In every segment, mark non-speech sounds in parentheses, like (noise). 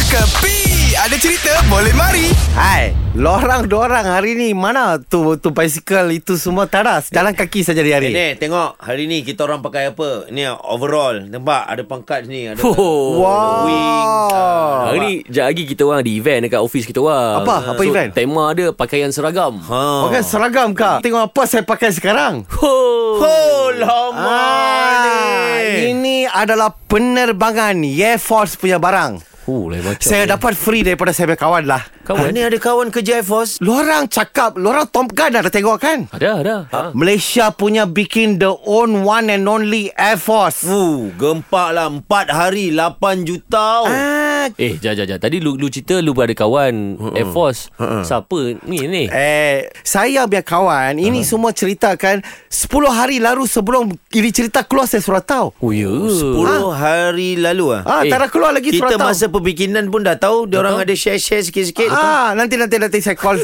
Kepi Ada cerita boleh mari Hai, lorang dorang hari ni mana tu tu basikal itu semua taras jalan kaki saja di hari. Ni Eh, tengok hari ni kita orang pakai apa? Ni overall. Nampak ada pangkat ni, ada Oh. Wow. wing. Ah, Hari ni Sekejap lagi kita orang Di event dekat office kita orang Apa? Apa so, event? Tema dia Pakaian seragam Ha. Bukan seragam kah? Tengok apa saya pakai sekarang. oh. Oh, lama ni. Ah, ini adalah penerbangan Air Force punya barang. Oh, lain macam Saya dapat free daripada saya punya kawan lah. Kawan Kawan ni ada kawan kerja Air Force. Lorang cakap, lorang Tom Gunn dah tengok kan? Ada ada ha. Malaysia punya bikin the own one and only Air Force. Uh, gempak lah 4 hari 8 juta. Ah, Eh jap jap jap Tadi lu, lu cerita Lu ada kawan Air Force Siapa ni ni Eh, saya biar kawan, ini semua cerita kan 10 hari lalu sebelum ini cerita keluar saya surat tahu. Oh ya 10 hari lalu ah. Ah, eh, Eh, tak keluar lagi Kita surat tahu. masa perbikinan pun dah tahu dia orang ada share-share sikit-sikit. Ah, nanti nanti nanti saya call.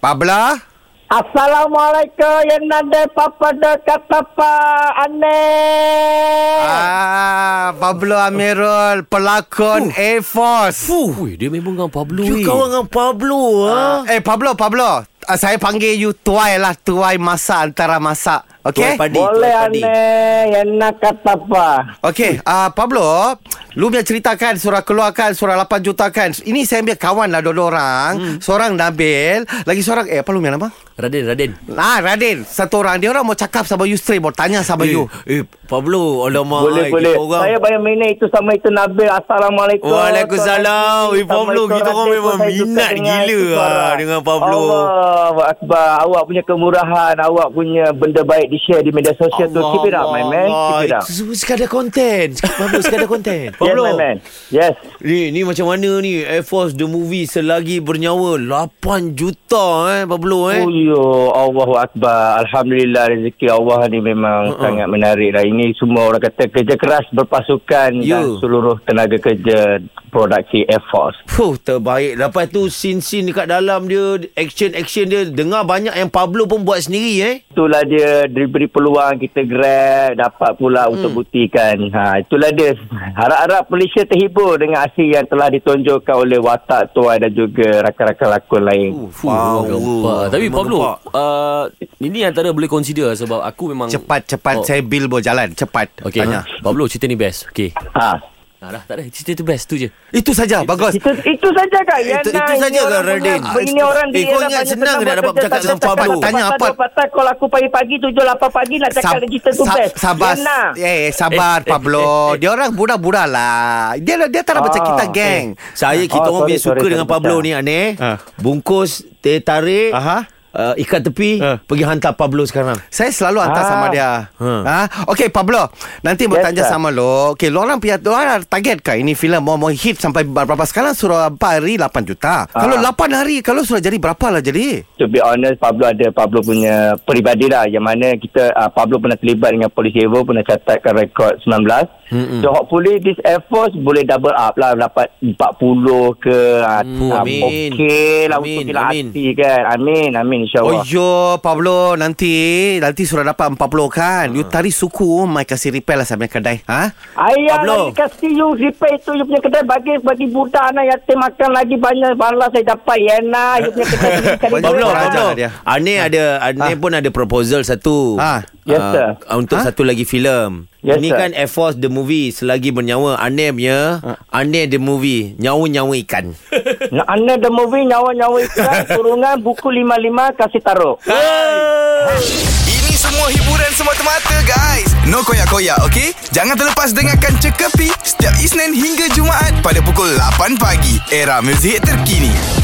Pabla? Assalamualaikum yang nada papa de kata pa ane. Ah, Pablo Amirul, pelakon Air Force. Fuh, dia memang dengan Pablo You eh. kawan dengan Pablo ah. Eh, Pablo, Pablo. ah, Saya panggil you tuai lah, tuai masa antara masa. Okay? Tuai padi, Boleh tuai padi. ane yang nak kata pa. Okay, uh, Pablo, lu punya ceritakan surah keluarkan surah 8 juta kan. Ini saya punya kawan lah dua orang. Hmm. Seorang Nabil, lagi seorang eh apa lu punya nama? Raden Raden Ah, Radin. Satu orang dia orang mau cakap sama you straight, mau tanya sama you. Eh, eh Pablo, alamak. Boleh ai, boleh. kita Eh, Orang. Saya bayar minat itu sama itu Nabil. Assalamualaikum. Waalaikumsalam. Eh, Pablo, Assalamualaikum. kita orang Rafiq memang pun saya suka minat dengar gila itu suara. ah dengan Pablo. lah. Allahu Akbar. Awak punya kemurahan, awak punya benda baik di share di media sosial tu. Keep it up, my man. Keep it up. Itu semua sekadar konten. Pablo sekadar konten. (laughs) Yes, Pablo. my man. Yes. Ni, ni macam mana ni Air Force The Movie Selagi Bernyawa 8 juta eh Pablo eh Oh ya Allahu Akbar Alhamdulillah rezeki Allah ni memang uh-uh. sangat menarik lah Ini semua orang kata kerja keras berpasukan Ya. Dan seluruh tenaga kerja produksi Air Force Fuh, terbaik Lepas tu scene-scene dekat dalam dia Action-action dia Dengar banyak yang Pablo pun buat sendiri eh Itulah dia diberi peluang kita grab Dapat pula hmm. untuk buktikan ha, Itulah dia Harap-harap Malaysia terhibur dengan aksi yang telah ditonjolkan oleh watak tuan dan juga rakan-rakan lakon lain uh. Fuh, memang gempak. Tapi Memang Pablo gempak. uh, Ini antara boleh consider Sebab aku memang Cepat cepat Oh. oh. saya bill boleh jalan, cepat. Okay Tanya. Pablo cerita ni best Okay ha. Nah, dah, tak ada. Cerita tu best tu je. Itu saja, bagus. Itu itu saja kan yang Itu- itu saja ke, Radin? Ini orang Eh, kau dia ingat senang ke nak dapat bercakap dengan Pablo? Tanya Tanya apa? apa? Patah kalau aku pagi-pagi 7 8 pagi nak cakap Sab- dengan cerita tu sab- best. Sabar. Yana. Ya. Eh, sabar Pablo. Dia orang budak-budak lah. Dia dia tak nak macam Ah, kita geng. eh. Saya kita Oh, orang sorry, punya suka sorry, dengan sorry, Pablo Pecah. ni aneh. Ah. Bungkus, teh tarik, Aha. uh, ikat tepi, Ah. pergi hantar Pablo sekarang. Saya selalu hantar Ah. sama dia. Hmm. Ha. Okay Pablo, nanti mau Yes, tanya sir. sama lo. Okay, lo orang punya lo orang ada ya. target kah ini filem mau mau hit sampai berapa? Sekarang suruh empat hari 8 juta. Ah. Kalau 8 hari kalau sudah jadi berapa lah jadi? To be honest Pablo ada Pablo punya peribadi lah yang mana kita uh, Pablo pernah terlibat dengan Polisi Evo pernah catatkan rekod 19. Mm-hmm. So hopefully this Air Force boleh double up lah dapat 40 ke uh, uh, Mm. amin. okey lah untuk Amin, kita amin. hati kan. Amin amin Oh insyaallah. yo Pablo nanti nanti sudah dapat 40 Ah. kan. You tarik suku mai kasih repair lah sampai kedai. Ha? Ayah Pablo. lagi kasih you repair tu you punya kedai bagi bagi budak anak yatim makan lagi banyak bala saya dapat ya nah you punya (laughs) kedai sendiri kali Banyak Pablo, dua, orang nah. ajar. Pablo. dia. Aneh ada aneh Ah. pun ada proposal satu. Ah. Yes, sir. Ah, Untuk Ah? satu lagi filem. Yes, Ini sir. kan Air Force The Movie Selagi Bernyawa Aneh punya Aneh The Movie Nyawa-nyawa ikan Nak Anda the movie nyawa-nyawa ikan turungan buku 55 kasih taruh. Ini semua hiburan semata-mata guys No koyak-koyak ok Jangan terlepas dengarkan Cekapi Setiap Isnin hingga Jumaat Pada pukul 8 pagi Era muzik terkini